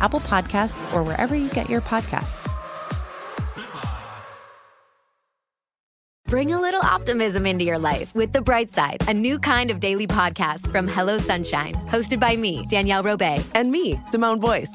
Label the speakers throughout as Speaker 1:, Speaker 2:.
Speaker 1: Apple Podcasts, or wherever you get your podcasts.
Speaker 2: Bring a little optimism into your life with The Bright Side, a new kind of daily podcast from Hello Sunshine, hosted by me, Danielle Robay.
Speaker 3: And me, Simone Boyce.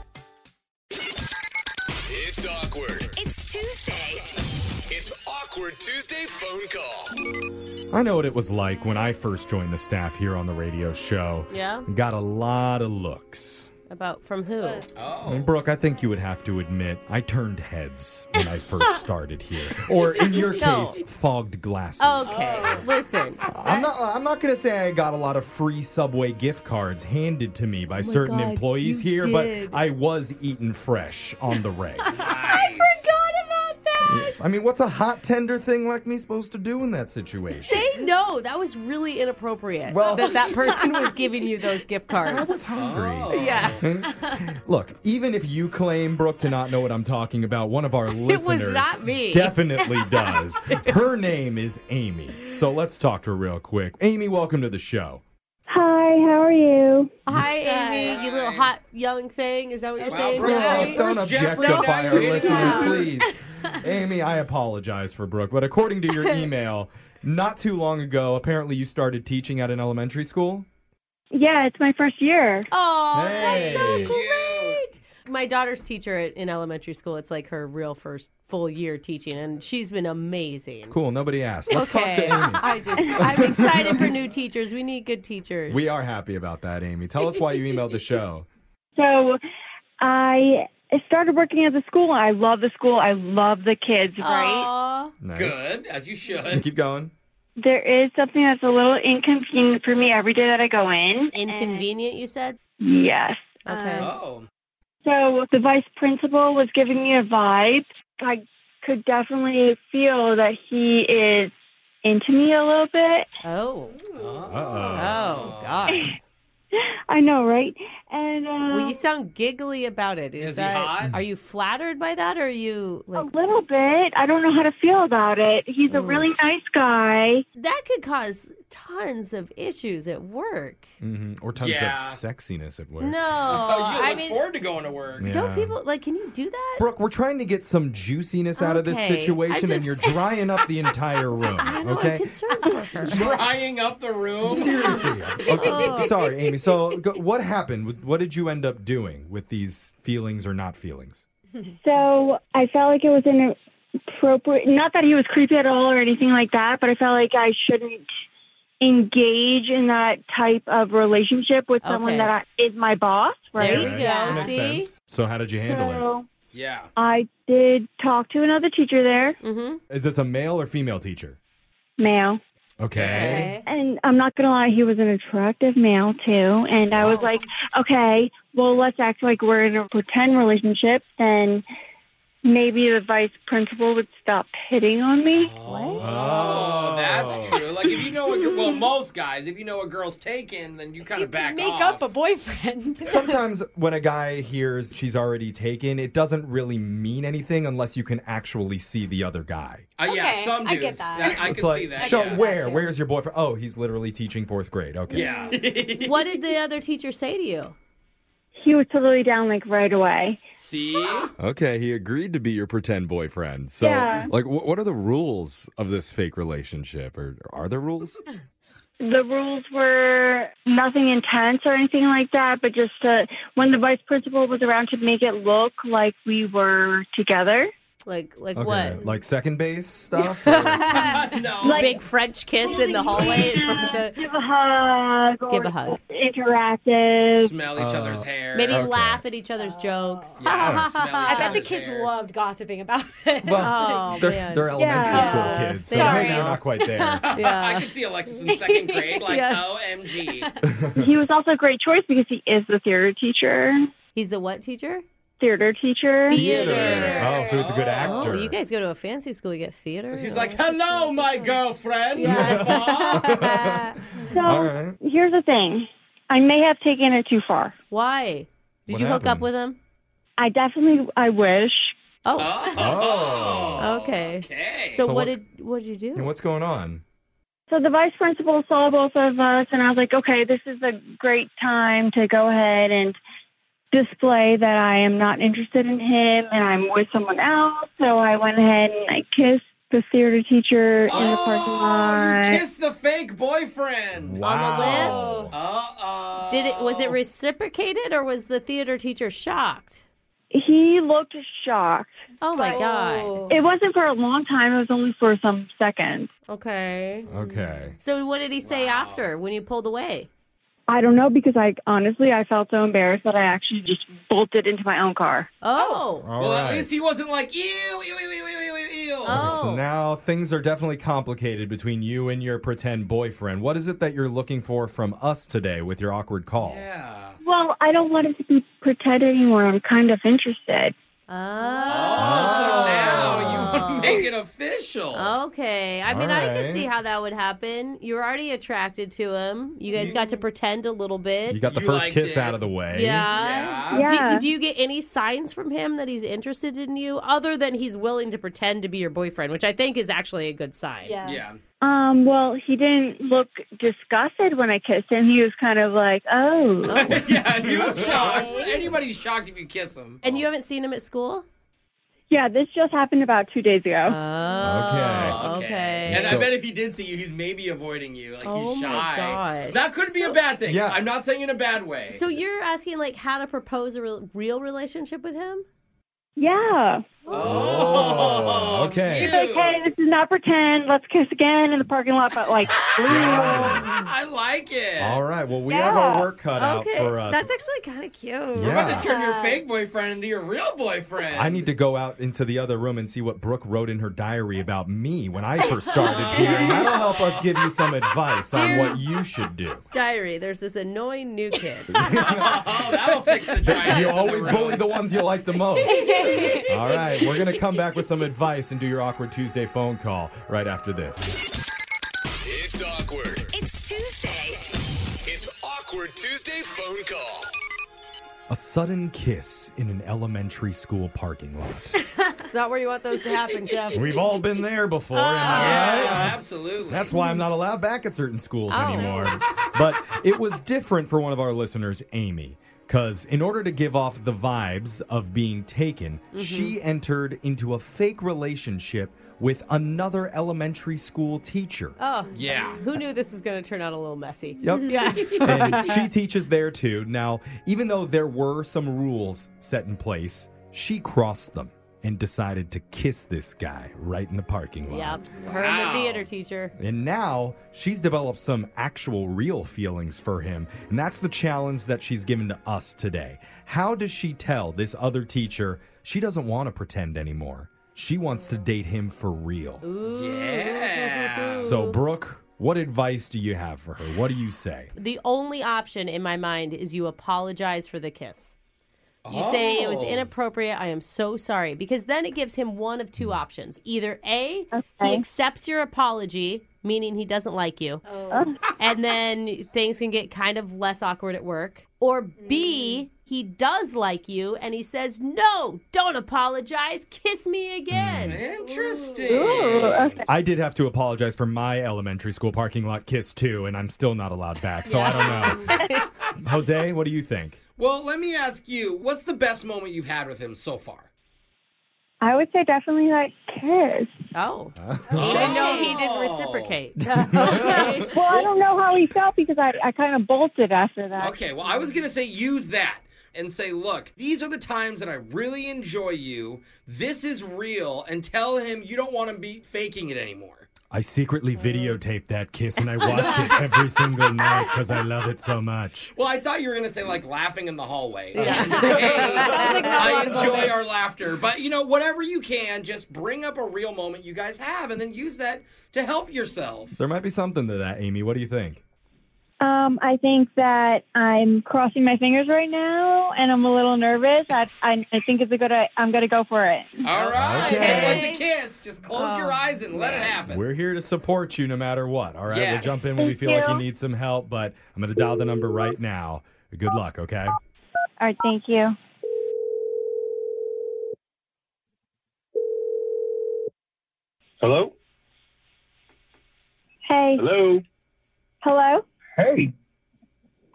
Speaker 4: It's awkward.
Speaker 5: It's Tuesday.
Speaker 4: It's awkward Tuesday phone call.
Speaker 6: I know what it was like when I first joined the staff here on the radio show.
Speaker 7: Yeah?
Speaker 6: Got a lot of looks.
Speaker 7: About from who?
Speaker 6: And Brooke, I think you would have to admit I turned heads when I first started here. Or in your
Speaker 7: No. Oh,
Speaker 6: case, fogged glasses.
Speaker 7: Okay, listen.
Speaker 6: I'm not I'm not going to say I got a lot of free Subway gift cards handed to me by certain
Speaker 7: Oh God,
Speaker 6: employees
Speaker 7: you
Speaker 6: here,
Speaker 7: did.
Speaker 6: but I was eaten fresh on the reg.
Speaker 7: Forgot about that.
Speaker 6: Yes. I mean, what's a hot tender thing like me supposed to do in that situation?
Speaker 7: Say no. That was really inappropriate.
Speaker 6: Well-
Speaker 7: that that person was giving you those gift
Speaker 6: I
Speaker 7: cards.
Speaker 6: was hungry.
Speaker 7: Yeah.
Speaker 6: Look, even if you claim Brooke to not know what I'm talking about, one of our
Speaker 7: was
Speaker 6: listeners
Speaker 7: not me.
Speaker 6: definitely does. Her name is Amy. So let's talk to her real quick. Amy, welcome to the show.
Speaker 8: Hi, how are you?
Speaker 7: Hi, Amy. You little hot young thing. Is that what you're saying? Jeffrey?
Speaker 6: don't objectify our listeners,
Speaker 7: Yeah.
Speaker 6: please. Amy, I apologize for Brooke, but according to your email, not too long ago, apparently you started teaching at an elementary school.
Speaker 8: Yeah, it's my first year.
Speaker 7: Oh, that's
Speaker 6: Hey.
Speaker 7: so great. My daughter's teacher at, in elementary school. It's like her real first full year teaching, and she's been amazing.
Speaker 6: Cool, nobody asked. Let's
Speaker 7: Okay.
Speaker 6: talk to Amy.
Speaker 7: I just, I'm excited for new teachers. We need good teachers.
Speaker 6: We are happy about that, Amy. Tell us why you emailed the show.
Speaker 8: So I started working at the school. I love the school. I love the kids, right?
Speaker 7: Aw.
Speaker 6: Nice.
Speaker 4: Good, as you should.
Speaker 6: Keep going.
Speaker 8: There is something that's a little inconvenient for me every day that I go in.
Speaker 7: Inconvenient, you said?
Speaker 8: And- yes.
Speaker 7: Okay.
Speaker 8: Uh,
Speaker 4: Oh.
Speaker 8: so the vice principal was giving me a vibe. I could definitely feel that he is into me a little bit.
Speaker 7: Oh. Oh,
Speaker 6: Uh-oh.
Speaker 7: God.
Speaker 8: I know, right? And uh,
Speaker 7: Well, you sound giggly about it. Is,
Speaker 4: Is he
Speaker 7: that?
Speaker 4: hot?
Speaker 7: Are you flattered by that, or are you
Speaker 8: A
Speaker 7: like
Speaker 8: little bit. I don't know how to feel about it. He's a
Speaker 7: Mm.
Speaker 8: really nice guy.
Speaker 7: that could cause tons of issues at work?
Speaker 6: hmm Or tons
Speaker 4: Yeah.
Speaker 6: of sexiness at work.
Speaker 7: No,
Speaker 4: Oh, you look
Speaker 7: I mean,
Speaker 4: forward to going to work.
Speaker 6: Yeah.
Speaker 7: don't people like? Can you do that?
Speaker 6: Brooke, we're trying to get some juiciness out of this
Speaker 7: Okay, I
Speaker 6: situation, and
Speaker 7: just-
Speaker 6: you're drying up the entire room.
Speaker 7: I know, I'm
Speaker 6: okay.
Speaker 7: concerned for her.
Speaker 4: Drying up the room.
Speaker 6: Seriously. Okay. Sorry, Amy. So, go, what happened? What- What did you end up doing with these feelings or not feelings?
Speaker 8: So I felt like it was inappropriate. Not that he was creepy at all or anything like that, but I felt like I shouldn't engage in that type of relationship with
Speaker 7: Okay.
Speaker 8: someone that I, is my boss, right?
Speaker 7: There we go.
Speaker 6: Alright, Makes
Speaker 7: See?
Speaker 6: sense. So, how did you handle
Speaker 8: So
Speaker 4: Yeah.
Speaker 6: Oh.
Speaker 8: I did talk to another teacher there,
Speaker 7: hmm
Speaker 6: it? Is this a male or female teacher?
Speaker 8: male.
Speaker 6: Okay.
Speaker 8: And I'm not going to lie, he was an attractive male too. And I was like, okay, well, let's act like we're in a pretend relationship, then maybe the vice principal would stop hitting on me. What?
Speaker 5: Oh, that's true. Like if you know, a, gir- well, most guys, if you know a girl's taken, then you kind of back
Speaker 9: Make
Speaker 5: off.
Speaker 9: up a boyfriend.
Speaker 6: Sometimes when a guy hears she's already taken, it doesn't really mean anything unless you can actually see the other guy.
Speaker 5: Uh, yeah,
Speaker 9: Okay,
Speaker 5: some
Speaker 9: I
Speaker 5: dudes.
Speaker 9: get that.
Speaker 5: I
Speaker 6: it's
Speaker 5: can
Speaker 6: like,
Speaker 5: see that.
Speaker 6: Show
Speaker 5: yeah.
Speaker 6: where? Where's your boyfriend? Oh, he's literally teaching fourth grade. Okay.
Speaker 5: Yeah.
Speaker 7: what did the other teacher say to you?
Speaker 8: He was totally down like right away.
Speaker 5: See?
Speaker 10: Okay, he agreed to be your pretend boyfriend. So,
Speaker 8: Yeah.
Speaker 10: like, wh- what are the rules of this fake relationship? Or are there rules?
Speaker 8: The rules were nothing intense or anything like that, but just uh when the vice principal was around to make it look like we were together.
Speaker 7: Like like
Speaker 6: Okay,
Speaker 7: what?
Speaker 6: Like second base stuff?
Speaker 7: Big French kiss in the hallway in front of the
Speaker 8: Give a hug.
Speaker 7: Give a hug.
Speaker 8: Interactive.
Speaker 5: Smell each
Speaker 6: Uh,
Speaker 5: other's hair.
Speaker 7: Maybe laugh at each other's jokes.
Speaker 9: I bet the kids loved gossiping about it.
Speaker 7: Oh,
Speaker 8: Oh.
Speaker 5: Oh,
Speaker 6: Well, they're, they're elementary school kids, so
Speaker 9: Sorry.
Speaker 6: maybe they're not quite there.
Speaker 5: I could see Alexis in second grade, like OMG.
Speaker 8: he was also a great choice because he is the theater teacher.
Speaker 7: He's the what teacher?
Speaker 8: Theater teacher.
Speaker 6: Theater. Oh, so he's a good
Speaker 7: Oh,
Speaker 6: actor.
Speaker 7: you guys go to a fancy school, you get theater.
Speaker 5: He's like, hello, my girlfriend.
Speaker 8: So here's the thing. I may have taken it too far.
Speaker 7: Why? Did
Speaker 8: What
Speaker 7: you hook up with him?
Speaker 8: I definitely I wish.
Speaker 7: Oh.
Speaker 6: Oh.
Speaker 7: Okay.
Speaker 5: Okay.
Speaker 7: So,
Speaker 6: So
Speaker 7: what
Speaker 6: what's-
Speaker 7: did what did you do?
Speaker 6: And what's going on?
Speaker 8: So the vice principal saw both of us and I was like, "Okay, this is a great time to go ahead and display that I am not interested in him and I'm with someone else." So I went ahead and I kissed the theater teacher in the parking lot.
Speaker 5: Kiss the fake boyfriend.
Speaker 7: On the lips?
Speaker 5: Uh-oh.
Speaker 7: Did it was it reciprocated or was the theater teacher shocked?
Speaker 8: He looked shocked.
Speaker 7: Oh my
Speaker 8: But
Speaker 7: god.
Speaker 8: It wasn't for a long time. It was only for some seconds.
Speaker 7: Okay.
Speaker 6: Okay.
Speaker 7: So what did he say after when you pulled away?
Speaker 8: I don't know because I honestly I felt so embarrassed that I actually just bolted into my own car.
Speaker 7: Oh.
Speaker 6: All
Speaker 5: Well, at
Speaker 6: right.
Speaker 5: least he wasn't like, ew, ew, ew, ew, ew, ew, ew.
Speaker 7: Oh.
Speaker 6: Okay, so now things are definitely complicated between you and your pretend boyfriend. What is it that you're looking for from us today with your awkward call?
Speaker 5: Yeah.
Speaker 8: Well, I don't want him to be pretend anymore. I'm kind of interested.
Speaker 5: Oh, Make it official.
Speaker 7: Oh. Okay. I mean, I could
Speaker 6: Alright.
Speaker 7: see how that would happen. You're already attracted to him. You guys got to pretend a little bit.
Speaker 6: You got the first kiss out of the way.
Speaker 7: Yeah.
Speaker 8: Yeah. Yeah.
Speaker 7: Do, do you get any signs from him that he's interested in you other than he's willing to pretend to be your boyfriend, which I think is actually a good sign?
Speaker 9: Yeah.
Speaker 5: Yeah.
Speaker 8: Um, well, he didn't look disgusted when I kissed him. He was kind of like, "Oh."
Speaker 5: yeah, he was shocked. Anybody's shocked if you kiss him.
Speaker 7: And you haven't seen him at school?
Speaker 8: yeah, this just happened about 2 days ago.
Speaker 5: Oh,
Speaker 6: Oh, Okay.
Speaker 7: Okay.
Speaker 5: And I
Speaker 6: So-
Speaker 5: bet if he did see you, he's maybe avoiding you. Like
Speaker 7: Oh
Speaker 5: he's
Speaker 7: my
Speaker 5: shy.
Speaker 7: gosh.
Speaker 5: That could be a bad thing. Yeah. I'm not saying in a bad way.
Speaker 7: So you're asking like how to propose a real, real relationship with him?
Speaker 8: yeah.
Speaker 5: oh,
Speaker 6: okay.
Speaker 8: It's like, hey, this is not pretend. Let's kiss again in the parking lot, but like,
Speaker 5: I like it.
Speaker 6: All right. Well, we have our work cut out for us.
Speaker 7: That's actually kind of cute.
Speaker 5: You're about to
Speaker 6: Yeah.
Speaker 5: turn your fake boyfriend into your real boyfriend.
Speaker 6: I need to go out into the other room and see what Brooke wrote in her diary about me when I first started here. And that'll help us give you some advice on what you should do.
Speaker 7: Diary, there's this annoying new kid.
Speaker 5: That'll fix the dryness.
Speaker 6: You
Speaker 5: in the
Speaker 6: always
Speaker 5: room.
Speaker 6: bully the ones you like the most. All right, we're going to come back with some advice and do your awkward Tuesday phone call right after this.
Speaker 4: It's awkward.
Speaker 11: It's Tuesday.
Speaker 4: It's awkward Tuesday phone call.
Speaker 6: A sudden kiss in an elementary school parking lot.
Speaker 7: it's not where you want those to happen, Jeff.
Speaker 6: We've all been there before, am I
Speaker 5: Yeah,
Speaker 6: right?
Speaker 5: absolutely.
Speaker 6: That's why I'm not allowed back at certain schools
Speaker 7: Oh.
Speaker 6: anymore. but it was different for one of our listeners, Amy, because in order to give off the vibes of being taken,
Speaker 7: Mm-hmm.
Speaker 6: she entered into a fake relationship with another elementary school teacher.
Speaker 7: Oh.
Speaker 5: Yeah.
Speaker 7: Who knew this was going to turn out a little messy?
Speaker 6: Yep.
Speaker 7: Yeah.
Speaker 6: and she teaches there too. Now, even though there were some rules set in place, she crossed them and decided to kiss this guy right in the parking lot.
Speaker 7: Yep. Her and
Speaker 6: Wow.
Speaker 7: the theater teacher.
Speaker 6: And now she's developed some actual real feelings for him. And that's the challenge that she's given to us today. How does she tell this other teacher she doesn't want to pretend anymore? She wants to date him for real.
Speaker 7: Ooh. Yeah.
Speaker 6: So, Brooke, What advice do you have for her? What do you say?
Speaker 7: The only option in my mind is you apologize for the kiss. You say it was
Speaker 6: Oh.
Speaker 7: inappropriate. I am so sorry. Because then it gives him one of two options. Either A, he accepts your apology, meaning he doesn't like you. And then things can get kind of less awkward at work. Or B, he does like you and he says, No, don't apologize. Kiss me again.
Speaker 5: Mm-hmm. Interesting.
Speaker 6: I did have to apologize for my elementary school parking lot kiss too, and I'm still not allowed back, so I don't know. Jose, what do you think?
Speaker 5: Well, let me ask you, what's the best moment you've had with him so far?
Speaker 12: I would say definitely that kiss.
Speaker 7: Oh. Even though he didn't reciprocate.
Speaker 12: well, I don't know how he felt because I, I kind of bolted after that.
Speaker 5: Okay, well, I was going to say use that and say, look, these are the times that I really enjoy you. This is real. And tell him you don't want him be faking it anymore.
Speaker 6: I secretly videotaped that kiss and I watch it every single night because I love it so much.
Speaker 5: Well, I thought you were going to say, like, laughing in the hallway. And say, hey,
Speaker 13: Sounds like not a
Speaker 5: I
Speaker 13: lot of
Speaker 5: enjoy
Speaker 13: moments.
Speaker 5: our laughter. But, you know, whatever you can, just bring up a real moment you guys have and then use that to help yourself.
Speaker 6: There might be something to that, Amy. What do you think?
Speaker 12: Um, I think that I'm crossing my fingers right now, and I'm a little nervous. I I, I think it's a good. I, I'm gonna go for it.
Speaker 5: All right. It's like the kiss. Just close
Speaker 12: Oh,
Speaker 5: your eyes and let it happen.
Speaker 6: We're here to support you no matter what. All right,
Speaker 5: Yes.
Speaker 6: we'll jump in when we
Speaker 12: Thank
Speaker 6: feel like you
Speaker 12: you.
Speaker 6: need some help, but I'm going to dial the number right now. Good luck, okay?
Speaker 12: All right, thank you.
Speaker 14: Hello?
Speaker 12: Hey.
Speaker 14: Hello?
Speaker 12: Hello.
Speaker 14: Hey.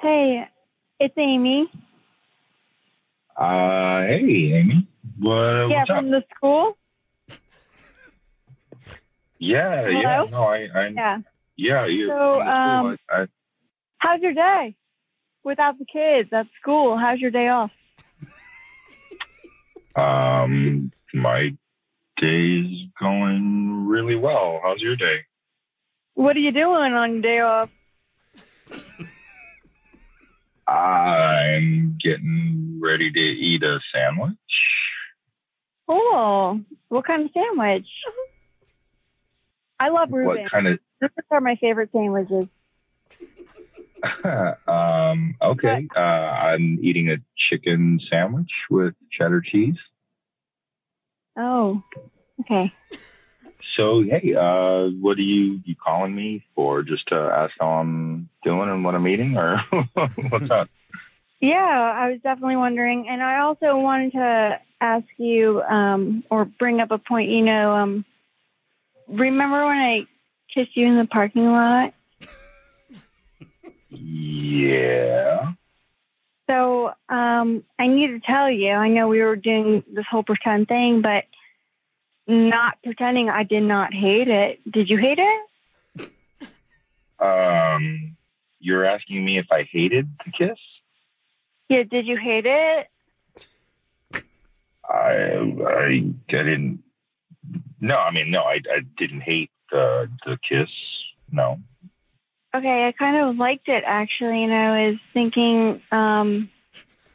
Speaker 12: Hey, it's Amy.
Speaker 14: Uh, hey, Amy.
Speaker 12: yeah,
Speaker 14: What, what's up?
Speaker 12: from the school.
Speaker 14: Yeah, yeah.
Speaker 12: Hello?
Speaker 14: No, I, I, yeah,
Speaker 12: Yeah.
Speaker 14: you.
Speaker 12: So,
Speaker 14: I'm
Speaker 12: um,
Speaker 14: cool. I, I,
Speaker 12: How's your day? Without the kids at school, how's your day off?
Speaker 14: Um, my day's going really well. How's your day?
Speaker 12: What are you doing on your day off?
Speaker 14: I'm getting ready to eat a sandwich.
Speaker 12: Cool. What kind of sandwich? I love Reuben.
Speaker 14: What kind of?
Speaker 12: Those are my favorite sandwiches.
Speaker 14: um, okay. Uh, I'm eating a chicken sandwich with cheddar cheese.
Speaker 12: Oh, okay.
Speaker 14: So hey, uh, what are you you calling me for? Just to ask how I'm doing and what I'm eating, or what's up?
Speaker 12: Yeah, I was definitely wondering, and I also wanted to ask you um, or bring up a point. You know, um, remember when I kissed you in the parking lot?
Speaker 14: Yeah.
Speaker 12: So um, I need to tell you. I know we were doing this whole pretend thing, but not pretending. I did not hate it. Did you hate it?
Speaker 14: Um, you're asking me if I hated the kiss.
Speaker 12: Yeah. Did you hate it?
Speaker 14: I I, I didn't. No, I mean no, I, I didn't hate the the kiss. No.
Speaker 12: Okay, I kind of liked it actually, and I was thinking um,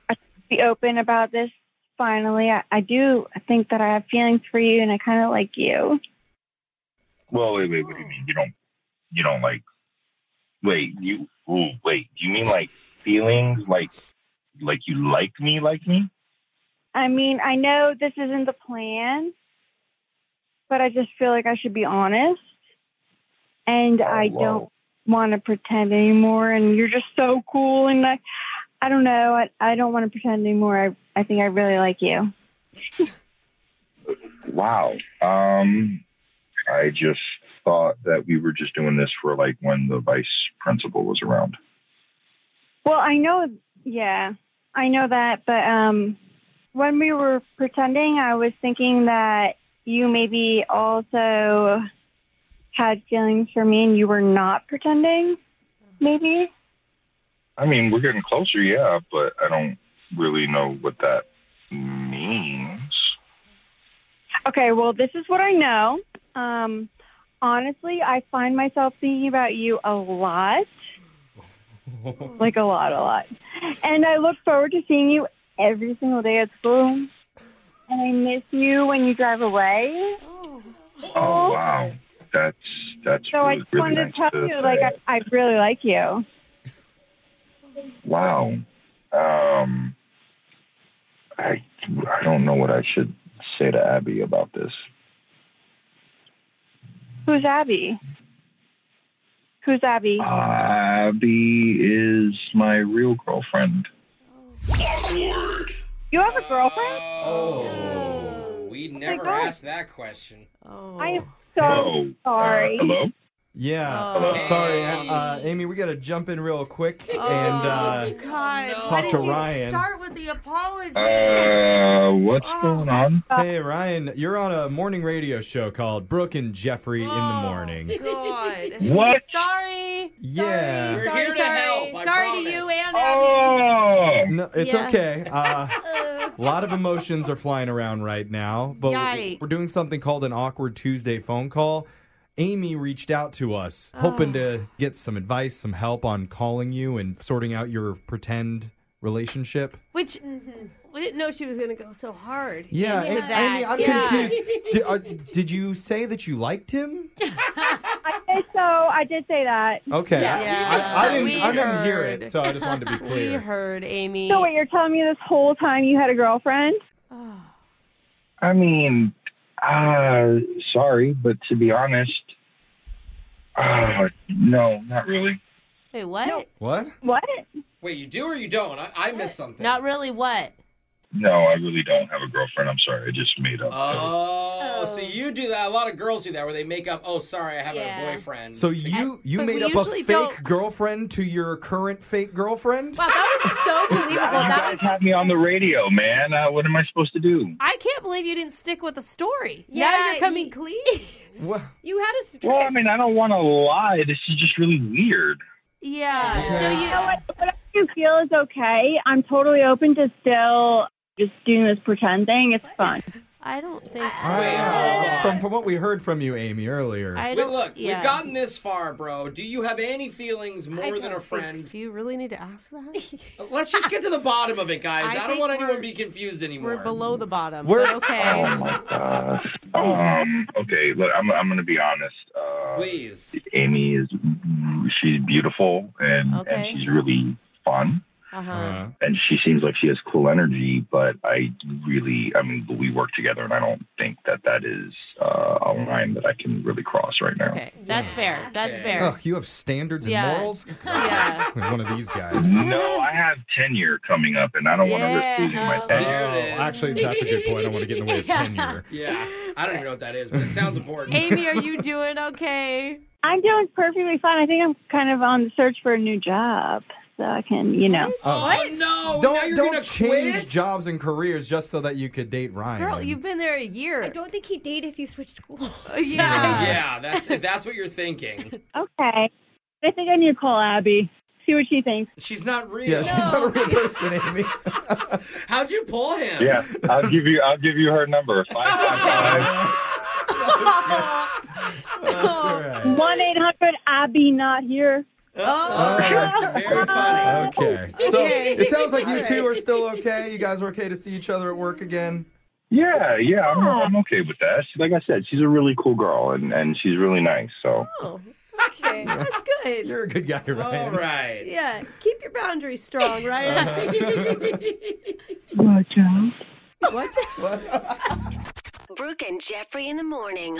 Speaker 12: I should be open about this. Finally, I, I do think that I have feelings for you, and I kind of like you.
Speaker 14: Well, wait, wait. What do you mean? You don't you don't like? Wait, you ooh, wait. You mean like feelings like like you like me, like me?
Speaker 12: I mean, I know this isn't the plan, but I just feel like I should be honest, and I don't want to pretend anymore. And you're just so cool, and I, I don't know. I, I don't want to pretend anymore. I, I think I really like you.
Speaker 14: Wow. Um, I just thought that we were just doing this for like when the vice principal was around.
Speaker 12: Well, I know, yeah, I know that, but um, when we were pretending, I was thinking that you maybe also had feelings for me and you were not pretending, maybe.
Speaker 14: I mean, we're getting closer, yeah, but I don't really know what that means.
Speaker 12: Okay, well, this is what I know. Um, honestly, I find myself thinking about you a lot, like a lot, a lot. And I look forward to seeing you every single day at school. And I miss you when you drive away.
Speaker 14: Oh wow, that's
Speaker 15: That's
Speaker 8: Oh, So I
Speaker 15: really,
Speaker 8: just
Speaker 15: really
Speaker 8: wanted
Speaker 15: nice
Speaker 8: to tell you, like, I, I really like you.
Speaker 15: Wow. Um, I I don't know what I should say to Abby about this.
Speaker 8: Who's Abby? Who's Abby?
Speaker 15: Abby is my real girlfriend.
Speaker 8: you have a girlfriend?
Speaker 5: Oh, we never
Speaker 8: God.
Speaker 5: asked that question.
Speaker 8: Oh. I am so
Speaker 6: Hello.
Speaker 8: sorry.
Speaker 6: Yeah.
Speaker 8: Hello?
Speaker 6: Sorry, uh, Amy, we got to jump in real quick
Speaker 8: Oh,
Speaker 6: and uh,
Speaker 11: Oh God,
Speaker 6: Talk
Speaker 11: why did
Speaker 6: to
Speaker 11: you
Speaker 6: Ryan.
Speaker 11: start with the apology?
Speaker 15: Uh, what's going on?
Speaker 6: Hey Ryan, you're on a morning radio show called Brooke and Jeffrey in
Speaker 8: Oh.
Speaker 6: the morning.
Speaker 11: God.
Speaker 6: What?
Speaker 11: Sorry.
Speaker 6: Yeah.
Speaker 11: Sorry, sorry. sorry to you and
Speaker 15: Oh.
Speaker 6: No, it's
Speaker 11: Yeah.
Speaker 6: okay. Uh, a lot of emotions are flying around right now, but
Speaker 11: Yikes.
Speaker 6: we're doing something called an awkward Tuesday phone call. Amy reached out to us,
Speaker 11: Ah.
Speaker 6: hoping to get some advice, some help on calling you and sorting out your pretend relationip.
Speaker 11: Which mm-hmm. we didn't know she was going to go so hard.
Speaker 6: Yeah,
Speaker 11: into
Speaker 6: and-
Speaker 11: that.
Speaker 6: Amy, I'm
Speaker 11: Yeah.
Speaker 6: confused. Did, are, did you say that you liked him?
Speaker 8: I did so. I did say that.
Speaker 6: Okay, I-
Speaker 11: Yeah.
Speaker 6: I, I didn't.
Speaker 11: We
Speaker 6: I didn't hear it,
Speaker 11: heard.
Speaker 6: so I just wanted to be
Speaker 11: We
Speaker 6: clear.
Speaker 11: heard Amy.
Speaker 8: So wait, you're telling me this whole time you had a girlfriend?
Speaker 15: I mean, uh, sorry, but to be honest, uh, no, not really.
Speaker 11: Wait, what?
Speaker 6: What?
Speaker 8: What?
Speaker 5: Wait, you do or you don't? I, I missed
Speaker 13: Uh,
Speaker 5: something.
Speaker 11: Not really what?
Speaker 15: No, I really don't have a girlfriend. I'm sorry. I just made up.
Speaker 5: Oh, so you do that. A lot of girls do that where they make up, oh, sorry, I have a boyfriend.
Speaker 6: So you you
Speaker 5: But
Speaker 6: made
Speaker 5: we
Speaker 6: up a
Speaker 5: usually
Speaker 6: fake
Speaker 5: don't-
Speaker 6: girlfriend to your current fake girlfriend?
Speaker 11: Wow, that was so
Speaker 15: you
Speaker 11: believable. That
Speaker 15: guys
Speaker 11: was.
Speaker 15: have me on the radio, man. Uh, what am I supposed to do?
Speaker 11: I can't believe you didn't stick with the story. now
Speaker 9: Yeah,
Speaker 11: you're coming clean.
Speaker 6: What?
Speaker 9: You had us.
Speaker 15: Well, I mean, I don't want to lie. This is just really weird.
Speaker 11: Yeah.
Speaker 15: Yeah.
Speaker 11: So you.
Speaker 8: know what? Whatever you feel is okay. I'm totally open to still just doing this pretend thing. It's fun.
Speaker 11: I don't think so.
Speaker 6: Ah, from from what we heard from you, Amy, earlier.
Speaker 11: I
Speaker 5: Wait,
Speaker 11: don't-
Speaker 5: look,
Speaker 11: yeah.
Speaker 5: we've gotten this far, bro. Do you have any feelings more than a friend?
Speaker 11: Do you really need to ask that?
Speaker 5: Let's just get to the bottom of it, guys.
Speaker 11: I
Speaker 5: I, don't
Speaker 11: think
Speaker 5: want anyone to be confused anymore.
Speaker 11: We're below the bottom.
Speaker 5: We're-
Speaker 11: but okay.
Speaker 15: Oh my gosh. Um, okay, look, I'm I'm gonna be honest. Uh,
Speaker 5: Please.
Speaker 15: Amy is she's beautiful and and
Speaker 11: Okay.
Speaker 15: she's really fun
Speaker 6: Uh,
Speaker 11: Uh-huh.
Speaker 5: um,
Speaker 15: and she seems like she has cool energy. But I really, I mean, we work together, and I don't think that that is uh, a line that I can really cross right now.
Speaker 11: Okay. That's fair. That's fair.
Speaker 6: Ugh, you have standards and
Speaker 11: Yeah.
Speaker 6: morals?
Speaker 11: Yeah.
Speaker 6: One of these guys.
Speaker 15: No, I have tenure coming up, and I don't want to risk losing my
Speaker 6: Oh,
Speaker 15: tenure.
Speaker 6: actually, that's a good point. I don't want to get in the way of tenure.
Speaker 5: Yeah. I don't even know what that is, but it sounds important.
Speaker 11: Amy, are you doing okay?
Speaker 8: I'm doing perfectly fine. I think I'm kind of on the search for a new job, so I can, you know.
Speaker 6: Oh,
Speaker 11: What?
Speaker 5: no.
Speaker 6: Don't don't change jobs and careers just so that you could date Ryan.
Speaker 11: Girl, you've been there a year. Uh, I
Speaker 9: don't think he'd date if you switched schools.
Speaker 5: yeah. Yeah, that's if that's what you're thinking.
Speaker 8: Okay. I think I need to call Abby. See what she thinks.
Speaker 5: She's not real.
Speaker 6: Yeah, she's not a real person, Amy.
Speaker 5: How'd you pull him?
Speaker 15: Yeah, I'll give you. I'll give you her number. Five five five.
Speaker 8: One eight hundred Abby not here.
Speaker 5: Very funny.
Speaker 6: Okay. So
Speaker 5: Okay.
Speaker 6: it sounds like you two are still okay. You guys are okay to see each other at work again.
Speaker 15: Yeah, yeah, I'm, I'm okay with that. She, like I said, she's a really cool girl, and and she's really nice. So
Speaker 11: Okay. That's good.
Speaker 6: You're a good guy, Ryan.
Speaker 5: All right.
Speaker 11: Yeah. Keep your boundaries strong, right?
Speaker 8: Watch out.
Speaker 11: What?
Speaker 16: Brooke and Jeffrey in the morning.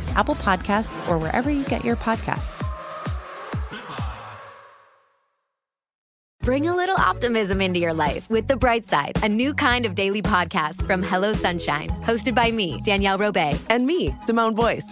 Speaker 1: Apple Podcasts, or wherever you get your podcasts.
Speaker 2: Bring a little optimism into your life with The Bright Side, a new kind of daily podcast from Hello Sunshine, hosted by me, Danielle Robay.
Speaker 7: And me, Simone Boyce.